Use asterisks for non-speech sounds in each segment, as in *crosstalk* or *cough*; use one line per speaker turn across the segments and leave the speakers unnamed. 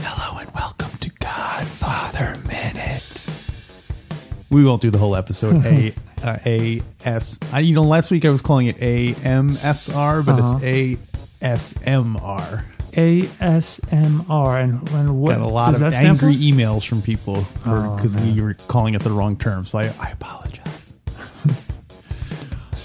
Hello and welcome to Godfather Minute. We won't do the whole episode.
*laughs*
A uh, A S. I, you know, last week I was calling it A M S R, but
Uh-huh.
it's A S M R.
ASMR and, and what
Got a lot
does
of
that stand
angry
for? Oh,
emails from people because we were calling it the wrong term. So I, I
*laughs*
apologize.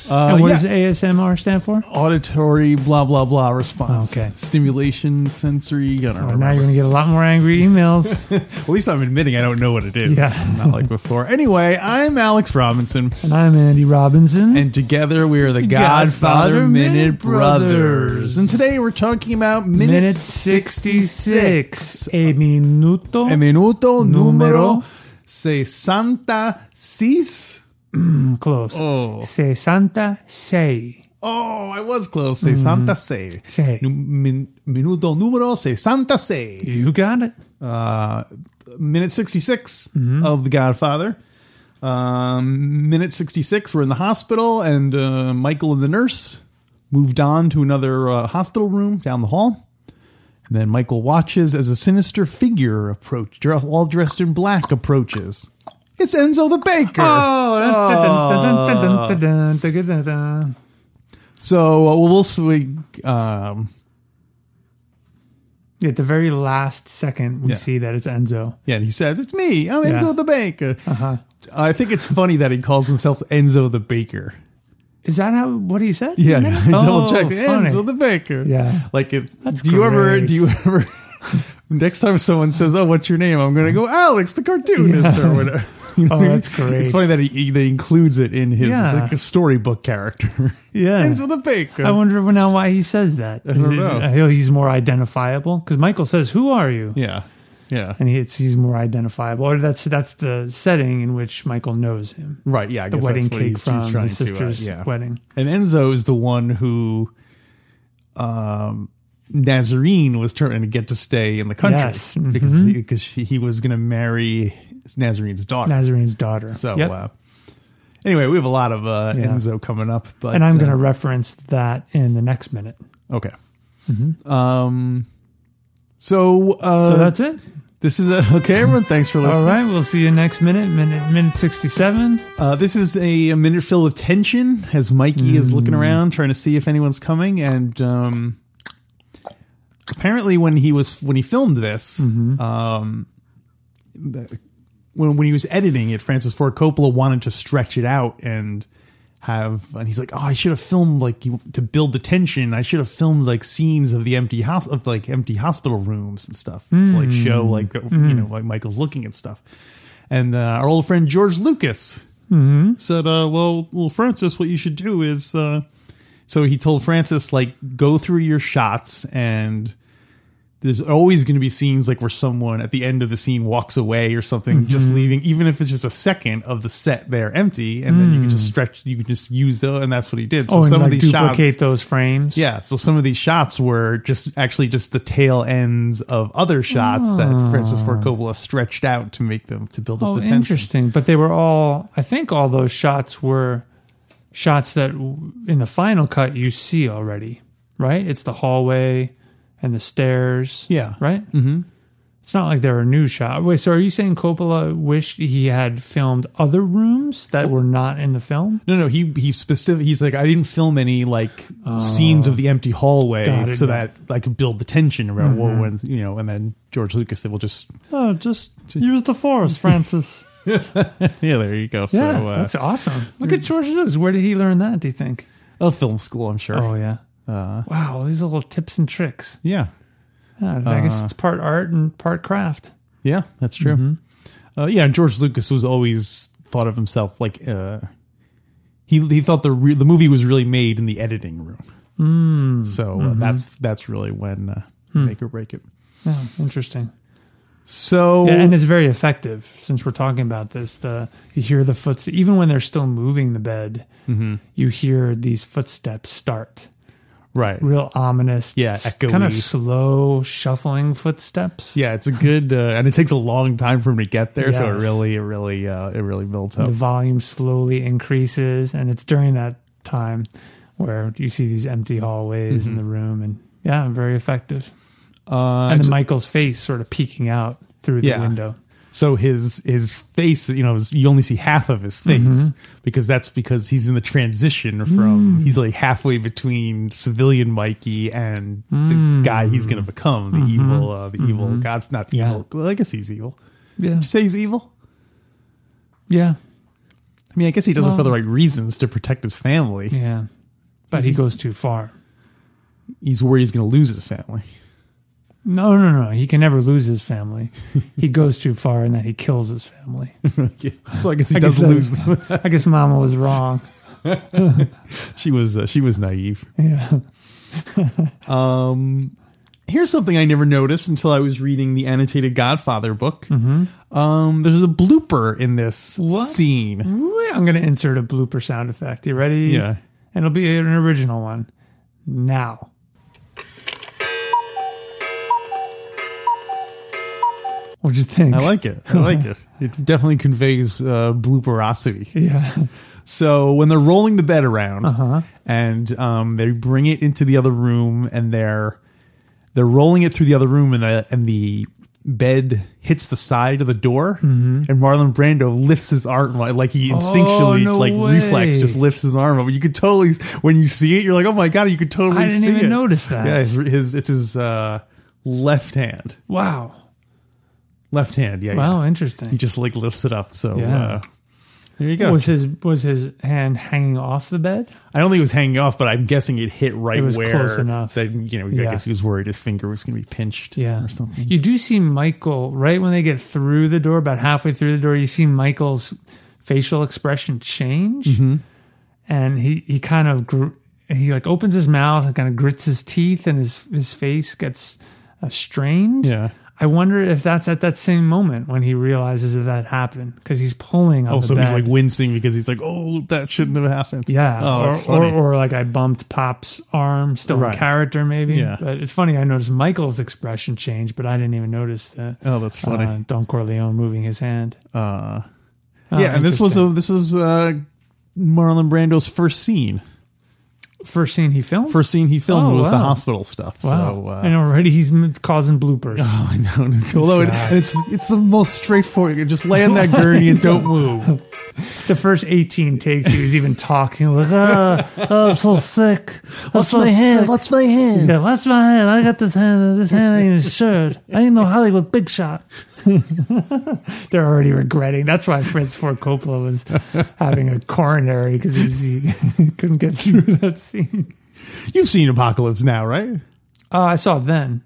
uh,
and Oh, what
yeah.
does ASMR stand for?
auditory blah blah blah response?
Okay.
stimulation, sensory. I don't
Well,
remember.
now you're gonna get a lot more angry
*laughs*
emails.
At least I'm admitting I don't know what it is.
Yeah.
Not like before. Anyway, I'm Alex Robinson,
and I'm Andy Robinson.
and together we are the Godfather,
Godfather
Minute,
Minute
Brothers.
Brothers.
And today we're talking about minute,
Minute
66.
sixty-six. A minuto.
A minuto
Numero.
numero sesanta sis.
close.
Oh.
Sesanta sei.
Oh, I was close. Sesanta se.
Se.
Nu- min- minuto numero sesanta se.
You got it.
uh, minute 66
Mm-hmm.
of The Godfather. Um, minute 66, we're in the hospital, and uh, Michael and the nurse moved on to another uh, hospital room down the hall. And then Michael watches as a sinister figure approach, dre- all dressed in black, approaches. It's Enzo the Baker.
Oh. dun- dun- dun- dun- dun- dun- dun- dun- dun.
So uh, we'll see. Um,
At the very last second, we
Yeah.
see that it's Enzo.
yeah, and he says, It's me. I'm
Yeah. Uh-huh.
Enzo the Baker. I think it's funny that he calls himself Enzo the Baker.
Is that how what he said?
Yeah, *laughs*
oh,
double check the
funny.
ends with the baker.
Yeah.
like it.
That's
do you ever?
great.
Do you ever? *laughs* next time someone says, "Oh, what's your name?" I'm going to go Alex, the cartoonist, or whatever. *laughs* You know
Oh,
what I mean?
that's
It's
great.
funny that he, he that he includes it in his it's
Yeah.
like a storybook character. *laughs*
Yeah.
ends with a baker.
I wonder now why he says that. I
don't know.
He's more identifiable because Michael says, "Who are you?"
yeah, yeah,
And he, it's, he's more identifiable, or that's that's the setting in which Michael knows him.
right. Yeah, I
The
guess
wedding
that's what
cake
he's,
from
he's trying
his sister's
to, uh, yeah.
wedding.
And Enzo is the one who, um, Nazarene was trying to get to stay in the country
Yes, mm-hmm.
because because she, he was going to marry Nazarene's daughter.
Nazarene's daughter.
So
Yep.
uh, anyway, we have a lot of uh,
Yeah.
Enzo coming up, but
and I'm going to
uh,
reference that in the next minute.
okay. Um, so uh,
Mm-hmm. So that's it.
this is a *laughs* okay, everyone. Thanks for
All
listening.
right, we'll see you next minute. Minute minute sixty-seven.
Uh, this is a, a minute filled with tension as Mikey is looking around trying to see if anyone's coming, and um, apparently when he was when he filmed this, um, the- when when he was editing it, Francis Ford Coppola wanted to stretch it out and have, and he's like, oh, I should have filmed like you- to build the tension. I should have filmed like scenes of the empty house of like empty hospital rooms and stuff to like show like you know like Michael's looking at stuff. And uh, our old friend George Lucas said, uh, "Well, well, Francis, what you should do is." Uh, so he told Francis, like, go through your shots, and there's always going to be scenes like where someone at the end of the scene walks away or something,
Mm-hmm.
just leaving, even if it's just a second of the set there empty, and then you can just stretch, you can just use those, and that's what he did. So
Mm. Oh, and
some
like
of these
duplicate
shots,
those frames.
yeah. So some of these shots were just actually just the tail ends of other shots that Francis Ford Coppola stretched out to make them to build up
Ah. Oh,
the tension.
interesting. But they were all, I think all those shots were shots that w- in the final cut you see already, right? It's the hallway and the stairs.
Yeah.
Right? Mm-hmm. It's not like there are new shots. Wait, so are you saying Coppola wished he had filmed other rooms that were not in the film?
No, no, he he specific. He's like, I didn't film any like scenes of the empty hallway
Got it,
so
got
that I could build the tension around what when you know. And then George Lucas said, "Well, just
Oh, just use the *laughs* forest, Francis.
yeah, there you go." So
yeah,
uh,
that's awesome. Look at George Lucas. Where did he learn that, do you think?
a film school, I'm sure.
Oh, yeah. wow, these are little tips and tricks.
Yeah,
Yeah, I guess it's part art and part craft.
yeah, that's true. Uh, yeah, and George Lucas was always thought of himself like uh, he he thought the re- the movie was really made in the editing room. Mm. Mm-hmm. So uh, that's that's really when uh, make or break it.
Yeah, interesting.
So
Yeah, and it's very effective since we're talking about this. The you hear the footsteps even when they're still moving the bed.
Mm-hmm.
You hear these footsteps start,
right,
real ominous,
Yeah,
kind
echoey.
of slow shuffling footsteps.
yeah, it's a good, uh, and it takes a long time for him to get there. So it
Yes.
really, it really, uh, it really builds up.
The volume slowly increases, and it's during that time where you see these empty hallways
Mm-hmm.
in the room, and yeah, very effective.
Uh,
and then Michael's face sort of peeking out through the
Yeah.
window.
So his his face, you know, is, you only see half of his face
Mm-hmm.
because that's because he's in the transition
Mm.
from he's like halfway between civilian Mikey and the guy he's going to become, the evil, uh, the evil God, not the
Mm. Mm-hmm. Yeah.
evil. Well, I guess he's evil.
Yeah,
Did you say he's evil?
yeah,
I mean, I guess he does it for the right reasons to protect his family.
yeah. But he goes too far.
He's worried he's going to lose his family. *laughs*
No, no, no. He can never lose his
*laughs*
family. he goes too far and that he kills his family.
Yeah. So I guess he
I
does
guess that-
lose them.
I guess Mama was wrong.
She was uh, she was naive. *laughs* Um,
Yeah.
Here's something I never noticed until I was reading the annotated Godfather book. Um, there's a blooper in this
What?
scene.
Wait, I'm going to insert a blooper sound effect. You ready?
Yeah.
And it'll be an original one. Now. What'd you think?
I like it. I *laughs* like it. It definitely conveys uh, blooperosity.
*laughs* Yeah.
So when they're rolling the bed around
Uh-huh.
and um, they bring it into the other room and they're they're rolling it through the other room and the and the bed hits the side of the door
Mm-hmm.
and Marlon Brando lifts his arm like, like he instinctually
Oh, no
like
way.
reflex just lifts his arm up. You could totally when you see it, you're like, oh my god, you could totally.
I didn't
see
even
it.
notice that.
Yeah, his, his it's his uh, left hand,
Wow.
left hand. Yeah, yeah.
Wow. Interesting.
He just like lifts it up. So
Yeah.
uh, there you go.
Was his was his hand hanging off the bed?
I don't think it was hanging off, but I'm guessing it hit right
It was
where
close enough.
That you know, I
Yeah.
guess he was worried his finger was going to be pinched,
Yeah.
or something.
You do see Michael right when they get through the door, about halfway through the door, you see Michael's facial expression change,
Mm-hmm.
and he he kind of gr- he like opens his mouth and kind of grits his teeth, and his his face gets uh, strained.
Yeah.
I wonder if that's at that same moment when he realizes that that happened because he's pulling on
Also,
the
Oh, he's
bed.
like wincing because he's like, "Oh, that shouldn't have happened."
Yeah,
Oh,
or,
that's funny.
Or, or like I bumped Pop's arm, still
Right.
in character maybe.
Yeah.
But it's funny, I noticed Michael's expression change, but I didn't even notice that.
Oh, that's funny.
Uh, Don Corleone moving his hand.
Uh,
Oh,
yeah, and this was
interesting.
a, this was uh, Marlon Brando's first scene.
first scene he filmed.
First scene he filmed
Oh,
was the
wow.
hospital stuff.
wow,
So, uh, *laughs*
and already he's m- causing bloopers.
Oh, I know. Nick. Although it,
guy.
and it's it's the most straightforward. You Just lay on that gurney
*laughs*
and don't *laughs* move.
the first eighteen takes, he was even talking like, "Ah, oh, I'm so sick. I'm so sick."
What's my hand?
Yeah, what's my hand? I got this hand. This hand ain't insured. I ain't no Hollywood big shot. *laughs* They're already regretting. That's why Fritz Ford Coppola was having a coronary because he, was- he *laughs* couldn't get through that scene.
You've seen Apocalypse Now, right?
Uh, I saw it then,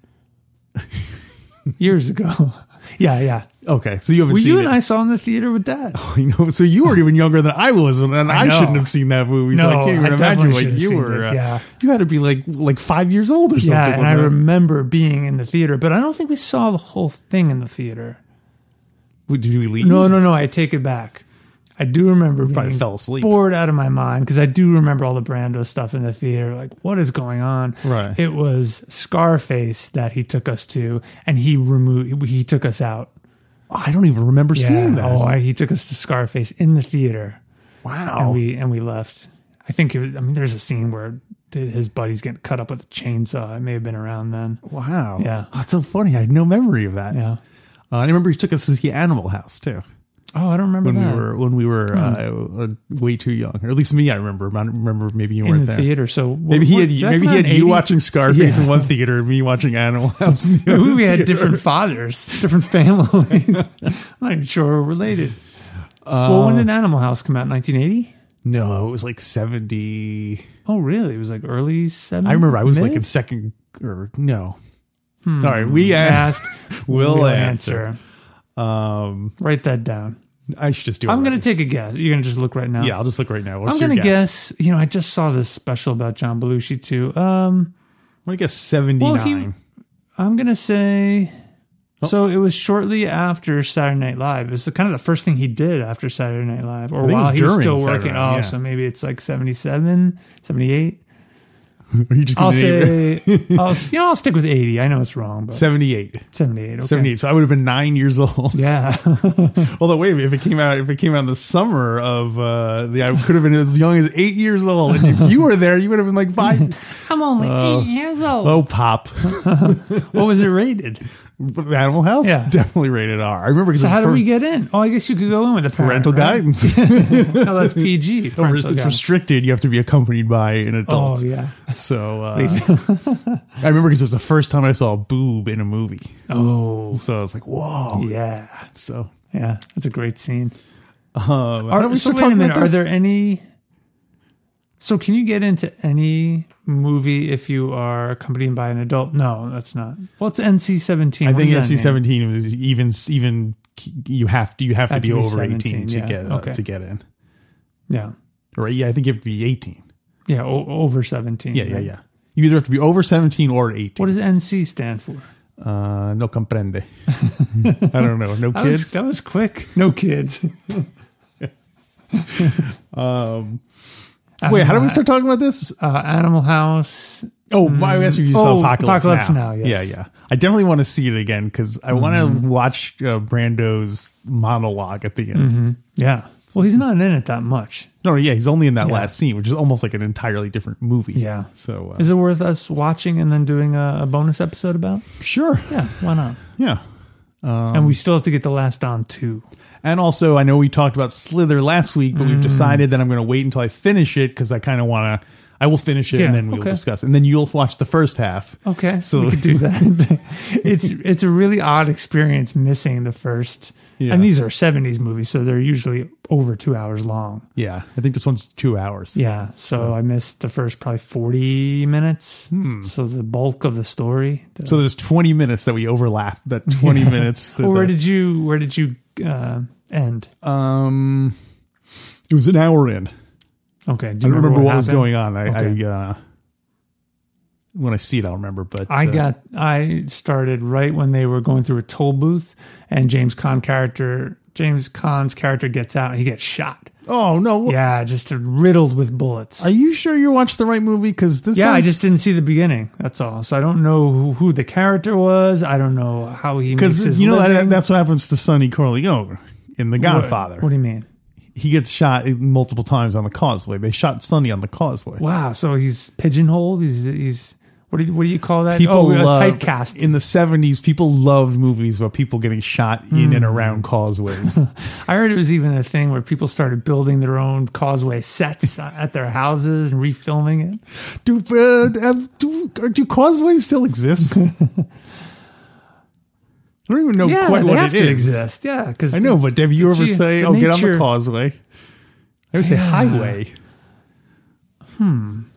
years ago. Yeah, yeah.
Okay, so you haven't
Well,
seen
you
it. Oh,
and I saw it in the theater with Dad.
*laughs* You know, so you were even younger than I was, and I,
know.
shouldn't have seen that movie. so
No,
I can't even
I
imagine
definitely
what
should have
you
seen
were.
it,
uh,
yeah.
you had to be like like five years old or something.
Yeah, and
when
I
that-
remember being in the theater, but I don't think we saw the whole thing in the theater.
Did we leave?
No, no, no. I take it back. I do remember
probably
being
fell asleep.
bored out of my mind because I do remember all the Brando stuff in the theater. Like, what is going on?
Right.
It was Scarface that he took us to, and he removed. He took us out.
I don't even remember seeing that.
Oh, I- he took us to Scarface in the theater,
wow.
and we and we left. I think it was. I mean, there's a scene where th- his buddy's getting cut up with a chainsaw. It may have been around then.
wow.
Yeah.
Oh, that's so funny. I had no memory of that.
Yeah.
Uh, I remember you took us to see Animal House too
Oh, I don't remember
when
that.
we were when we were
Hmm.
uh, uh, way too young, or at least me. I remember. I don't remember maybe you
in
weren't
the
there.
theater, so
Maybe he had maybe he had you watching Scarface in one theater, and me watching
*laughs*
Animal House. In the other
we had
theater.
different fathers, different families. I'm not even sure we're related. well, when did
Uh,
Animal House come out? 1980?
No, it was like seventy.
Oh, really? It was like early 70s?
I remember I was like in second or no. All right,
*laughs*
we asked. *laughs*
Asked,
we'll,
Hmm. we'll
answer.
answer. Um, Write that down.
I should just do. it
I'm
right.
going to take a guess. You're going to just look right now.
Yeah, I'll just look right now. What's
I'm
your
going to
guess?
guess. You know, I just saw this special about John Belushi, too. Um,
*laughs* I'm gonna guess seventy nine.
I'm going to say
Oh.
So it was shortly after Saturday Night Live. It was the, kind of the first thing he did after Saturday Night Live, or
think it
while
was
he was
during
still
Saturday
working.
Night,
oh,
yeah.
so maybe it's like 77,
*laughs*
78.
Are you just
I'll
gonna name *laughs* it?
say, I'll, you know, I'll stick with 80. I know it's wrong, but
78.
78. Okay.
78. So I would have been nine years old.
Yeah.
*laughs* Although wait, a minute, if it came out, if it came out in the summer of uh, the, I could have been as young as eight years old. And if you were there, you would have been like five.
*laughs* I'm only eight years old.
oh, pop!
What was it rated?
*laughs* Animal House,
Yeah.
definitely rated R. I remember because
So how do we get in? Oh, I guess you could go in with a parent,
parental
right? *laughs*
guidance? *laughs*
No, that's PG.
Or
parental
it's
guidance.
restricted. You have to be accompanied by an adult.
Oh yeah.
So uh, *laughs* I remember because it was the first time I saw a boob in a movie.
Oh
So I was like, whoa.
yeah.
So
Yeah, that's a great scene.
um,
Are,
we still
so wait a
talking
minute.
about
Are
this?
there any? So can you get into any movie if you are accompanied by an adult? No, that's not. Well, it's NC seventeen.
I think NC seventeen was even even you have to you have to
Had
be
to be
over
17,
eighteen to
yeah.
get uh,
Okay.
to get in.
Yeah,
Or yeah, I think you have to be eighteen.
yeah, o- over seventeen.
Yeah, yeah,
right?
yeah. You either have to be over seventeen or eighteen.
What does NC stand for?
uh, no
*laughs*
comprende. I don't know. No
That was,
kids.
that was quick. No kids.
Um, wait, how do we start talking about this?
*laughs* Uh, Animal House.
Oh, I asked you if you saw
Oh,
Apocalypse,
Apocalypse
Now.
Now, yes. Hmm.
Yeah, yeah. I definitely want to see it again because I want to watch uh, Brando's monologue at the end.
Mm-hmm. Yeah. Well, he's not in it that much.
No, yeah, he's only in that last scene, which is almost like an entirely different movie.
Yeah.
So uh,
Is it worth us watching and then doing a, a bonus episode about?
sure.
Yeah, why not?
Yeah. Um,
and we still have to get the last Don too.
And also, I know we talked about Slither last week, but we've
Hmm.
decided that I'm going to wait until I finish it because I kind of want to. I will finish it
Yeah,
and then we'll
okay. Oh.
discuss, and then you'll watch the first half.
Okay,
So-
so we could do that. *laughs* it's it's a really odd experience missing the first.
Yeah.
And these are '70s movies, so they're usually over two hours long.
Yeah, I think this one's two hours.
Yeah, so, Hmm. I missed the first probably 40 minutes. So the bulk of the story. The-
So there's 20 minutes that we overlap.
*laughs*
That 20 minutes. That,
Well, where did you Where did you uh, end?
um, it was an hour in. I
Okay, do you
don't remember what, was
happened?
going on. I,
Okay.
I uh, when I see it, I'll remember. But
I
uh,
got I started right when they were going through a toll booth, and James Conn character James Conn's character gets out and he gets shot.
oh no.
Yeah, just riddled with bullets.
Are you sure you watched the right movie? Because this.
yeah, I
sounds-
just didn't see the beginning. That's all. So I don't know who, who the character was. I don't know how he makes
Because
his
you know
living.
that, that's what happens to Sonny Corleone in The
What-
Godfather.
What do you mean?
he gets shot multiple times on the causeway. They shot Sonny on the causeway.
Wow. So he's pigeonholed. He's he's what do you, what do you call that?
People
oh, uh,
love
typecast.
in the seventies. People loved movies about people getting shot in
Hmm.
and around causeways.
I heard it was even a thing where people started building their own causeway sets *laughs* at their houses and refilming it.
do, uh, have- do do causeways still exist? I don't even know
Yeah,
quite
they
what
have
it
to
is.
exist. Yeah, because
I know, but have you ever
Gee,
say,
the
"Oh, get on the
nature-
causeway"? I would say highway.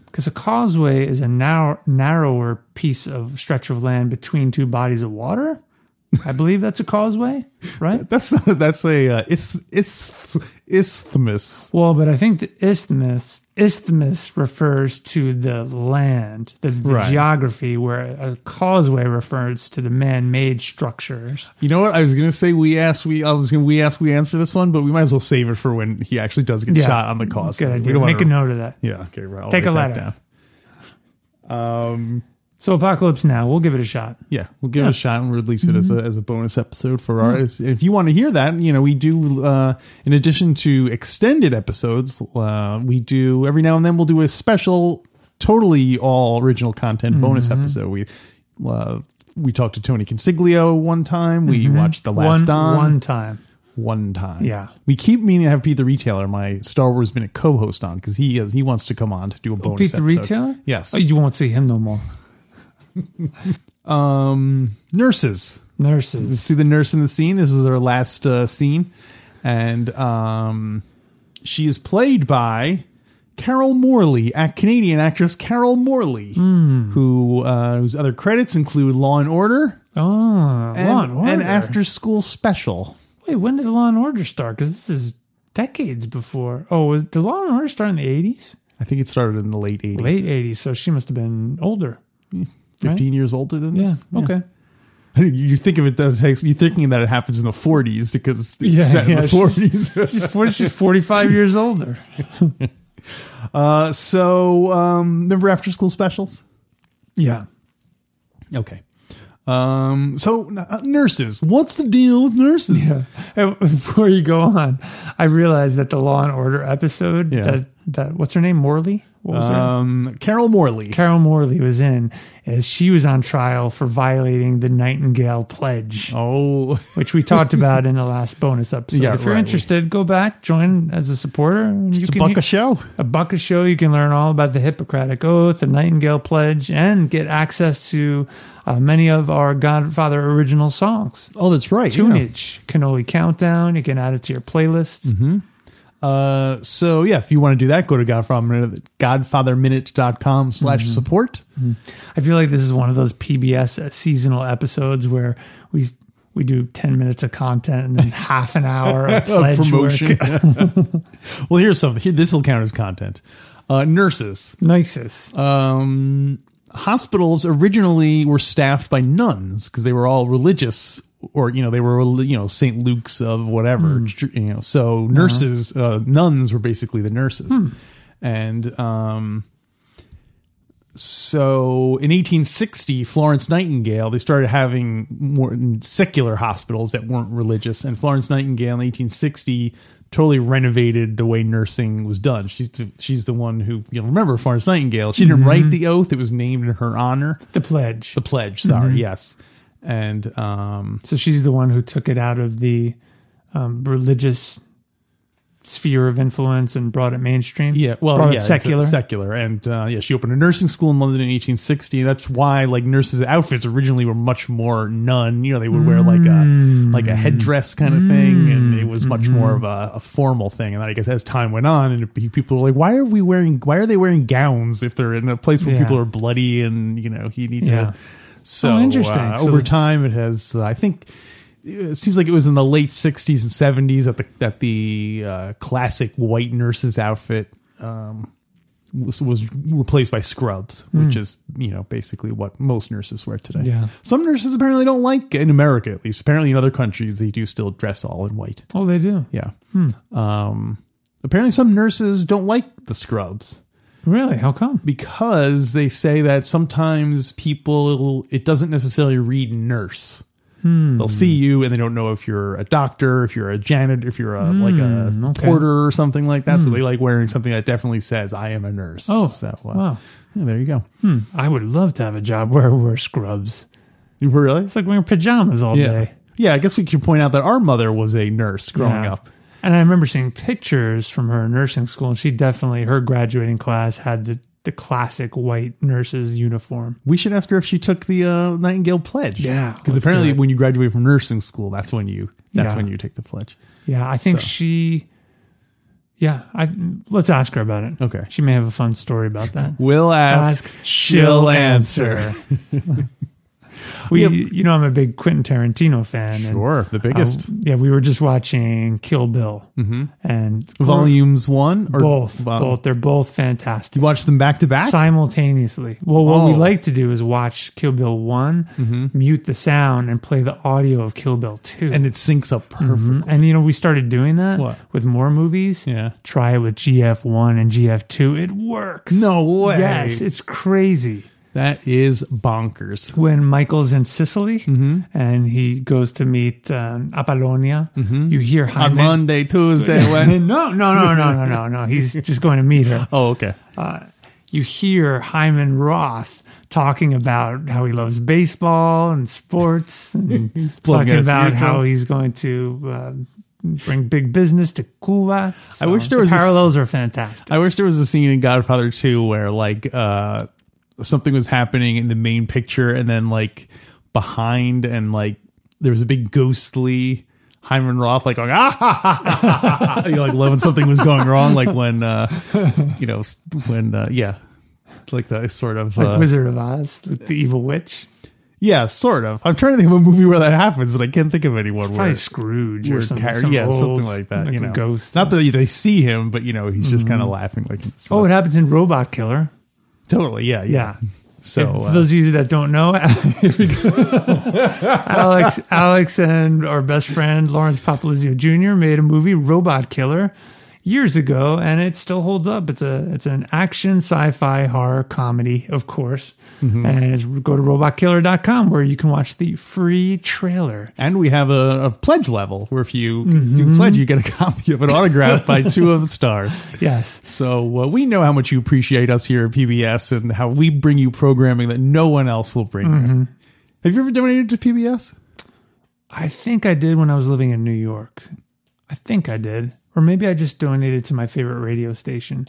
because a causeway is a narrow, narrower piece of stretch of land between two bodies of water. I believe that's a causeway, *laughs* right?
That's *laughs* not, that's a uh, it's it's isthmus.
Well, but I think the isthmus isthmus refers to the land, the, the
Right.
geography, where a causeway refers to the man-made structures.
You know what? I was gonna say we asked we I was gonna we asked we answer this one, but we might as well save it for when he actually does get
Yeah.
shot on the causeway. We
Good idea.
don't wanna-
Make a note of that.
Yeah. Okay. Right. I'll
Take a
write
letter.
that down. Um.
So, apocalypse now. We'll give it a shot.
Yeah, we'll give it a shot and release it as a
Mm-hmm.
as a bonus episode for our. If you want to hear that, you know, we do. Uh, in addition to extended episodes, uh, we do every now and then we'll do a special, totally all original content bonus
Mm-hmm.
episode. We. Uh, we talked to Tony Consiglio one time. We watched The Last
Mm-hmm. one
Don
one time.
one time.
Yeah.
we keep meaning to have Pete the Retailer, my Star Wars minute co-host, on because he is, he wants to come on to do a bonus.
Oh, Pete the
episode.
Retailer?
Yes.
Oh, you won't see him no more.
um, nurses.
Nurses.
see the nurse in the scene. This is her last uh, scene, and um, she is played by Carol Morley, a Canadian actress Carol Morley,
Hmm.
who uh, whose other credits include Law and Order
Oh, and,
and,
Law and Order.
and After School Special.
Wait, when did Law and Order start? Because this is decades before. Oh, was, did Law and Order start in the eighties?
I think it started in the late eighties,
Late eighties. So she must have been older.
fifteen years older than
Yeah.
this.
Okay.
You think of it that it takes, you're thinking that it happens in the 40s because it's
Yeah,
set in
yeah,
the
she's-
40s.
She's, 40, she's 45 *laughs* years older.
*laughs* uh, so um, remember after school specials?
Yeah.
Okay. Um, so uh, nurses, what's the deal with nurses?
Yeah. And before you go on, I realized that the Law and Order episode
Yeah.
that, that what's her name? Morley? What was her name?
Um, Carol Morley.
Carol Morley was in is she was on trial for violating the Nightingale Pledge,
oh,
which we talked about in the last bonus
*laughs*
episode.
Yeah,
if you're
right.
interested, go back, join as a supporter. and you
it's a
can
buck
hear-
a show.
a bucket show you can learn all about the hippocratic oath the nightingale pledge and get access to uh, many of our godfather original songs
Oh, that's right.
tunage cannoli countdown you can add it to your playlist
Mm-hmm. Uh, so yeah, if you want to do that, go to Godfather godfatherminute.com slash support.
i feel like this is one of those pbs seasonal episodes where we we do 10 minutes of
*laughs*
content and then half an hour of pledge
Oh, promotion.
work.
*laughs* well, here's something. Here, this will count as content. Uh, nurses.
Nices.
Um, hospitals originally were staffed by nuns because they were all religious, or you know, they were you know St. Luke's of whatever. You know, so nurses, uh, nuns were basically the nurses, and um, so in 1860, Florence Nightingale, they started having more secular hospitals that weren't religious. And Florence Nightingale in 1860 totally renovated the way nursing was done. She's the, she's the one who, you'll remember Florence Nightingale. She didn't write the oath, it was named in her honor.
the pledge
The pledge, sorry, yes. And um,
so she's the one who took it out of the um, religious sphere of influence and brought it mainstream
Yeah, well,
brought
yeah,
it
it's
secular
a- secular, and uh, yeah, she opened a nursing school in London in 1860. That's why like nurses' outfits originally were much more nun. You know, they would wear like a
Mm.
like a headdress kind of thing, and it was much more of
Mm-hmm.
a, a formal thing. And then I guess as time went on, and it- people were like, why are we wearing? Why are they wearing gowns if they're in a place where
Yeah.
people are bloody and you know you need
Yeah.
to. So
Oh, interesting.
uh,
So
over
the-
time, it has. Uh, I think it seems like it was in the late 60s and 70s that the that the uh, classic white nurse's outfit um, was, was replaced by scrubs, which is you know basically what most nurses wear today.
Yeah.
some nurses apparently don't like in America at least. Apparently, in other countries they do still dress all in white.
Oh, they do.
Yeah. Um, apparently, some nurses don't like the scrubs
Really? How come?
because they say that sometimes people it doesn't necessarily read nurse.
Hmm.
They'll see you and they don't know if you're a doctor, if you're a janitor, if you're a like a
Hmm, okay. Hmm.
porter or something like that. So they like wearing something that definitely says "I am a nurse."
Oh,
so uh,
wow.
yeah, there you go.
I would love to have a job where we wear scrubs.
You realize?
It's like wearing pajamas all
Yeah,
day.
yeah. I guess we could point out that our mother was a nurse growing
Yeah.
up.
And I remember seeing pictures from her nursing school, and she definitely, her graduating class had the, the classic white nurse's uniform.
We should ask her if she took the uh, Nightingale pledge.
Yeah,
because
let's
apparently
do it.
when you graduate from nursing school, that's when you that's
Yeah.
when you take the pledge.
Yeah, I think
So-
she, yeah, I let's ask her about it.
Okay.
She may have a fun story about *laughs* that.
We'll ask, she'll answer.
we,
Yep.
you know, I'm a big Quentin Tarantino fan. and
Sure, the biggest.
Uh, yeah, we were just watching Kill Bill and
Volumes one or
Both,
well,
both. They're both fantastic
You watch them back to back.
simultaneously. Well, what we
Oh. Mm-hmm.
like to do is watch Kill Bill one, mute the sound, and play the audio of Kill Bill two.
and it syncs up perfect.
Mhm. And, you know, we started doing that
What?
with more movies.
Yeah.
Try it with GF one and GF two. It works.
No way.
Yes, it's crazy.
that is bonkers.
when Michael's in Sicily
Mm-hmm.
and he goes to meet um, Apollonia,
Mm-hmm.
you hear
On
Hyman.
Monday, *laughs* Tuesday, when.
No, no, no, no, no, no, no. He's just going to
*laughs*
meet her.
Oh, okay.
You hear Hyman Roth talking about how he loves baseball and sports, *laughs* and
blowing out
talking
his
about
eardrum.
how he's going to uh, bring big business to Cuba. So
wish there
the
was a s-
parallels are fantastic.
I wish there was a scene in Godfather 2 where like uh something was happening in the main picture and then like behind and like there was a big ghostly Hyman Roth like going ah ha, ha, ha, ha, ha," you know, like loving something was going wrong like when uh you know s- when uh yeah like the sort of uh,
Like Wizard of Oz, like the evil witch.
yeah sort of I'm trying to think of a movie where that happens but I can't think of anyone where
Probably Scrooge or
where
something.
char-
some
yeah
old,
something like that you
a
know
ghost. Mm-hmm.
not that they see him but you know he's just kind of laughing like
Oh, it happens in Robot Killer.
totally yeah yeah,
Oh. Yeah.
So
For
uh,
those of you that don't know, *laughs* here we go. Alex, Alex, and our best friend Lawrence Papalizio Jr. made a movie, Robot Killer, years ago, and it still holds up. It's a it's an action sci-fi horror comedy, of course,
Mm-hmm.
and it's, go to robotkiller.com where you can watch the free trailer.
and we have a, a pledge level where if you do pledge, you get a *laughs* copy of an autograph by two of the stars.
Yes.
So uh, we know how much you appreciate us here at PBS and how we bring you programming that no one else will bring. You. Have you ever donated to PBS?
I think I did when I was living in New York. I think I did. Or maybe I just donated to my favorite radio station,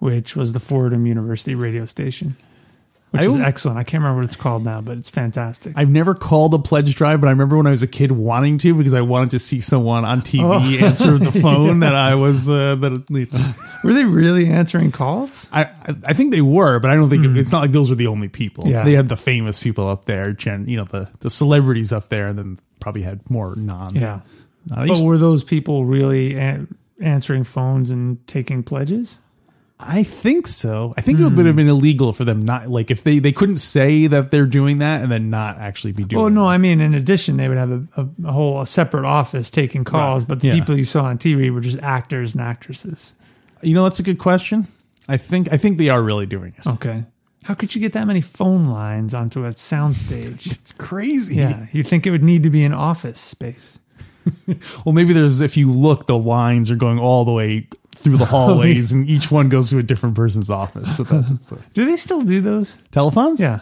which was the Fordham University radio station, which
I
is
al-
excellent. I can't remember what it's called now, but it's fantastic.
I've never called a pledge drive, but I remember when I was a kid wanting to because I wanted to see someone on TV answer the phone that I was uh, that you know.
Were they really answering calls?
I I- I think they were, but I don't think it's not like those were the only people.
Hmm. Yeah.
They had the famous people up there, gen, you know, the the celebrities up there, and then probably had more non.
Yeah.
non- I
But
used-
were those people really an- answering phones and taking pledges?
I think so. I think it
Hmm.
would have been illegal for them not like if they they couldn't say that they're doing that and then not actually be doing.
Well,
it.
Oh, no, I mean, in addition, they would have a, a, a whole separate office taking calls, but the
Yeah.
people you saw on TV were just actors and actresses.
you know that's a good question. I think I think they are really doing it.
Okay. How could you get that many phone lines onto a soundstage?
It's crazy.
*laughs* yeah, you'd think it would need to be an office space.
Well, maybe there's if you look, the lines are going all the way through
*laughs* Oh,
the hallways, and each one goes to a different person's office. So
*laughs*
that's uh,
Do they still do those?
telephones.
Yeah.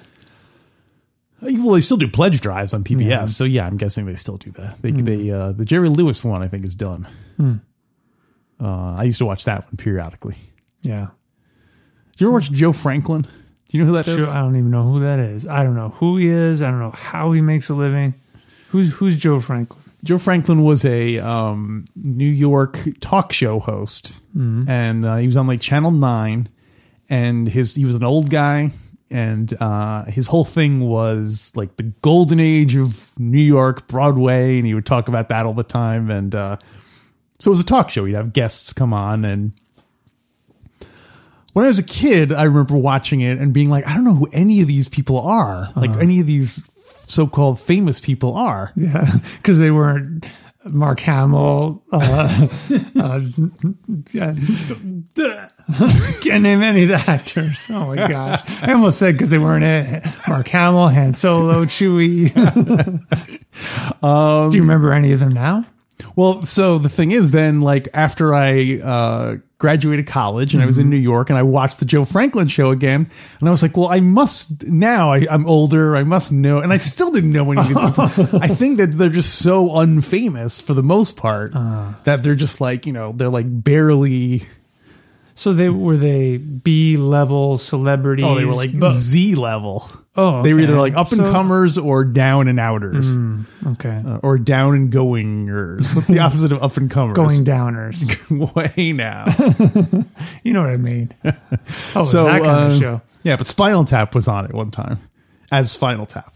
Well, they still do pledge drives on PBS,
Yeah. Hmm.
so yeah, I'm guessing they still do that. They, they uh, the Jerry Lewis one, I think, is done. Uh, I used to watch that one periodically.
Yeah.
Did you ever watch Joe Franklin? Do you know who that is?
Sure, I don't even know who that is. I don't know who he is. I don't know how he makes a living. Who's who's Joe Franklin?
Joe Franklin was a um, New York talk show host, and uh, he was on like Channel Nine. And his he was an old guy, and uh, his whole thing was like the golden age of New York Broadway, and he would talk about that all the time. And uh, so it was a talk show. He'd have guests come on, and when I was a kid, I remember watching it and being like, I don't know who any of these people are, like any of these so-called famous people are.
Yeah, *laughs* because they weren't Mark Hamill. Uh, *laughs* uh, yeah. Can't name any of the actors. Oh my gosh! I almost said because they weren't it. Mark Hamill, Han Solo, Chewie.
*laughs* Um,
Do you remember any of them now?
Well, so the thing is, then, like after I uh, graduated college and I
Mm-hmm.
was in New York, and I watched the Joe Franklin show again, and I was like, "Well, I must now. I, I'm older. I must know." And I still didn't know any. of
*laughs*
the- I think that they're just so unfamous for the most part
Uh.
that they're just like you know they're like barely.
So they were they B level celebrities.
Oh, they were like
but-
Z level.
oh,
They were either
okay.
like up and
So- Hmm.
comers or down and outers
Okay,
or down and goingers. What's
*laughs*
the opposite of up and comers?
going downers.
*laughs* way now.
You know what
*laughs*
I mean? Oh, it's
so
that kind of
uh,
show.
Yeah, but Spinal Tap was on it one time as Spinal Tap.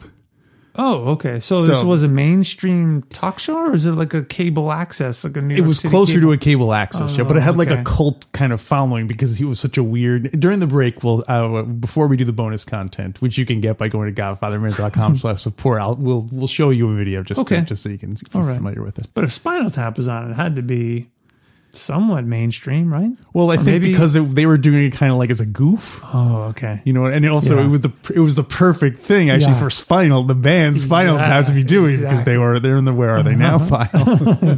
Oh, okay. So, this
So-
was a mainstream talk show, or is it like a cable access, like a New
It was closer to a cable access show, but it had like
okay.
a cult kind of following because he was such a weird. During the break, we'll uh, before we do the bonus content, which you can get by going to
*laughs*
godfatherminute.com slash support. I'll, we'll we'll show you a video just
Okay.
to, just so you can get
right.
familiar with it.
But if Spinal Tap was on, it had to be somewhat mainstream, right?
Well, I think
maybe-
because it, they were doing it kind of like as a goof,
Oh, okay. *laughs*
you know, and also
Yeah.
it was the it was the perfect thing actually
Yeah.
for Spinal the band Spinal
Yeah,
Tap to be doing because they were they're in the where are they
*laughs*
now file.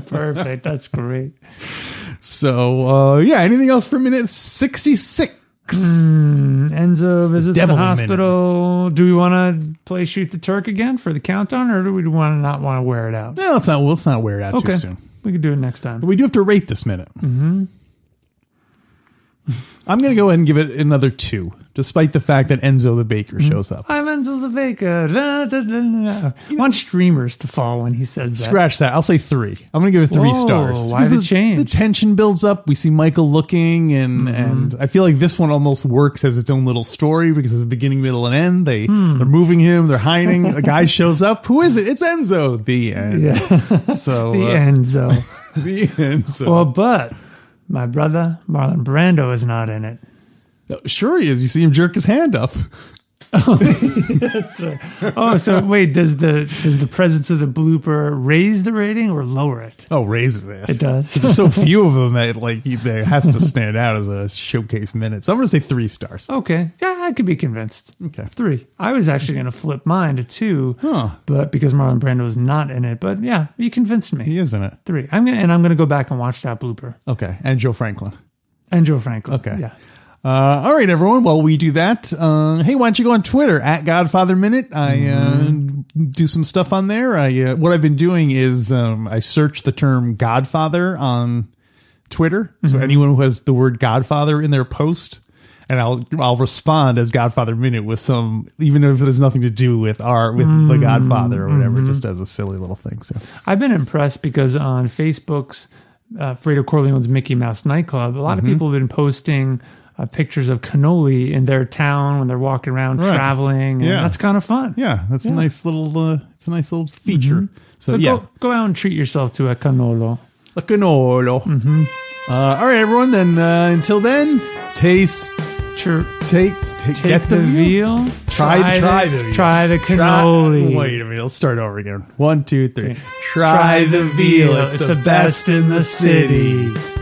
Perfect. That's great.
So uh, yeah, anything else for minute sixty six?
Enzo visits the
devil's
hospital. Do we want to play shoot the Turk again for the countdown, or do we want to not want to wear it out?
No, let's not. well, Let's not wear it out
Okay,
too soon.
we can do it next time.
But we do have to rate this minute. Mm-hmm. I'm going to go ahead and give it another two, despite the fact that Enzo the baker shows up.
I'm Enzo the Baker. Da, da, da, da. I want streamers to fall when he says that.
Scratch that. I'll say three. I'm going to give it three
Whoa,
stars.
why
Because
the
the
change? Mm-hmm.
The tension builds up. We see Michael looking, and and I feel like this one almost works as its own little story because it's a beginning, middle, and end. They
Hmm.
they're moving him. They're hiding. a
*laughs*
guy shows up. Who is it? It's Enzo. The end.
Yeah.
*laughs* So
The
uh,
Enzo.
*laughs* the end. *laughs* So
Well, but my brother Marlon Brando is not in it.
sure he is. You see him jerk his hand up.
That's right. Oh, so
*laughs*
wait, does the does the presence of the blooper raise the rating or lower it?
Oh, raises it.
It does.
There's
*laughs*
so few of them that like you- there has to stand out as a showcase minute. So I'm gonna say three stars.
Okay. Yeah, I could be convinced.
Okay.
Three. I was actually going to flip mine to two,
Huh.
but because Marlon Brando is not in it, but yeah, you convinced me.
He is in it.
Three. I'm gonna, and I'm going to go back and watch that blooper.
Okay. And Joe Franklin.
And Joe Franklin.
Okay.
Yeah.
Uh, all right, everyone. While we do that, uh, hey, why don't you go on Twitter at Godfather Minute? I
Mm-hmm.
uh, do some stuff on there. I uh, what I've been doing is um, I search the term Godfather on Twitter. So
Mm-hmm.
anyone who has the word Godfather in their post, and I'll I'll respond as Godfather Minute with some, even if it has nothing to do with our with
Mm-hmm.
the Godfather or whatever, just as a silly little thing. So
I've been impressed because on Facebook's uh, Fredo Corleone's Mickey Mouse nightclub, a lot
Mm-hmm.
of people have been posting uh, pictures of cannoli in their town when they're walking around
Right.
traveling. And
Yeah.
That's kind of fun.
yeah, that's a nice little uh, it's a nice little feature. So,
Mm-hmm. So
yeah.
go, go out and treat yourself to a cannolo.
La canola.
Mm-hmm.
Uh, all right, everyone. Then uh, until then, taste,
Chir-
take, take,
Take the, veal.
Try the- try the veal.
try the
Try-
cannoli.
Wait a minute. Let's start over again. One, two, three.
Try the veal. It's the best in the city.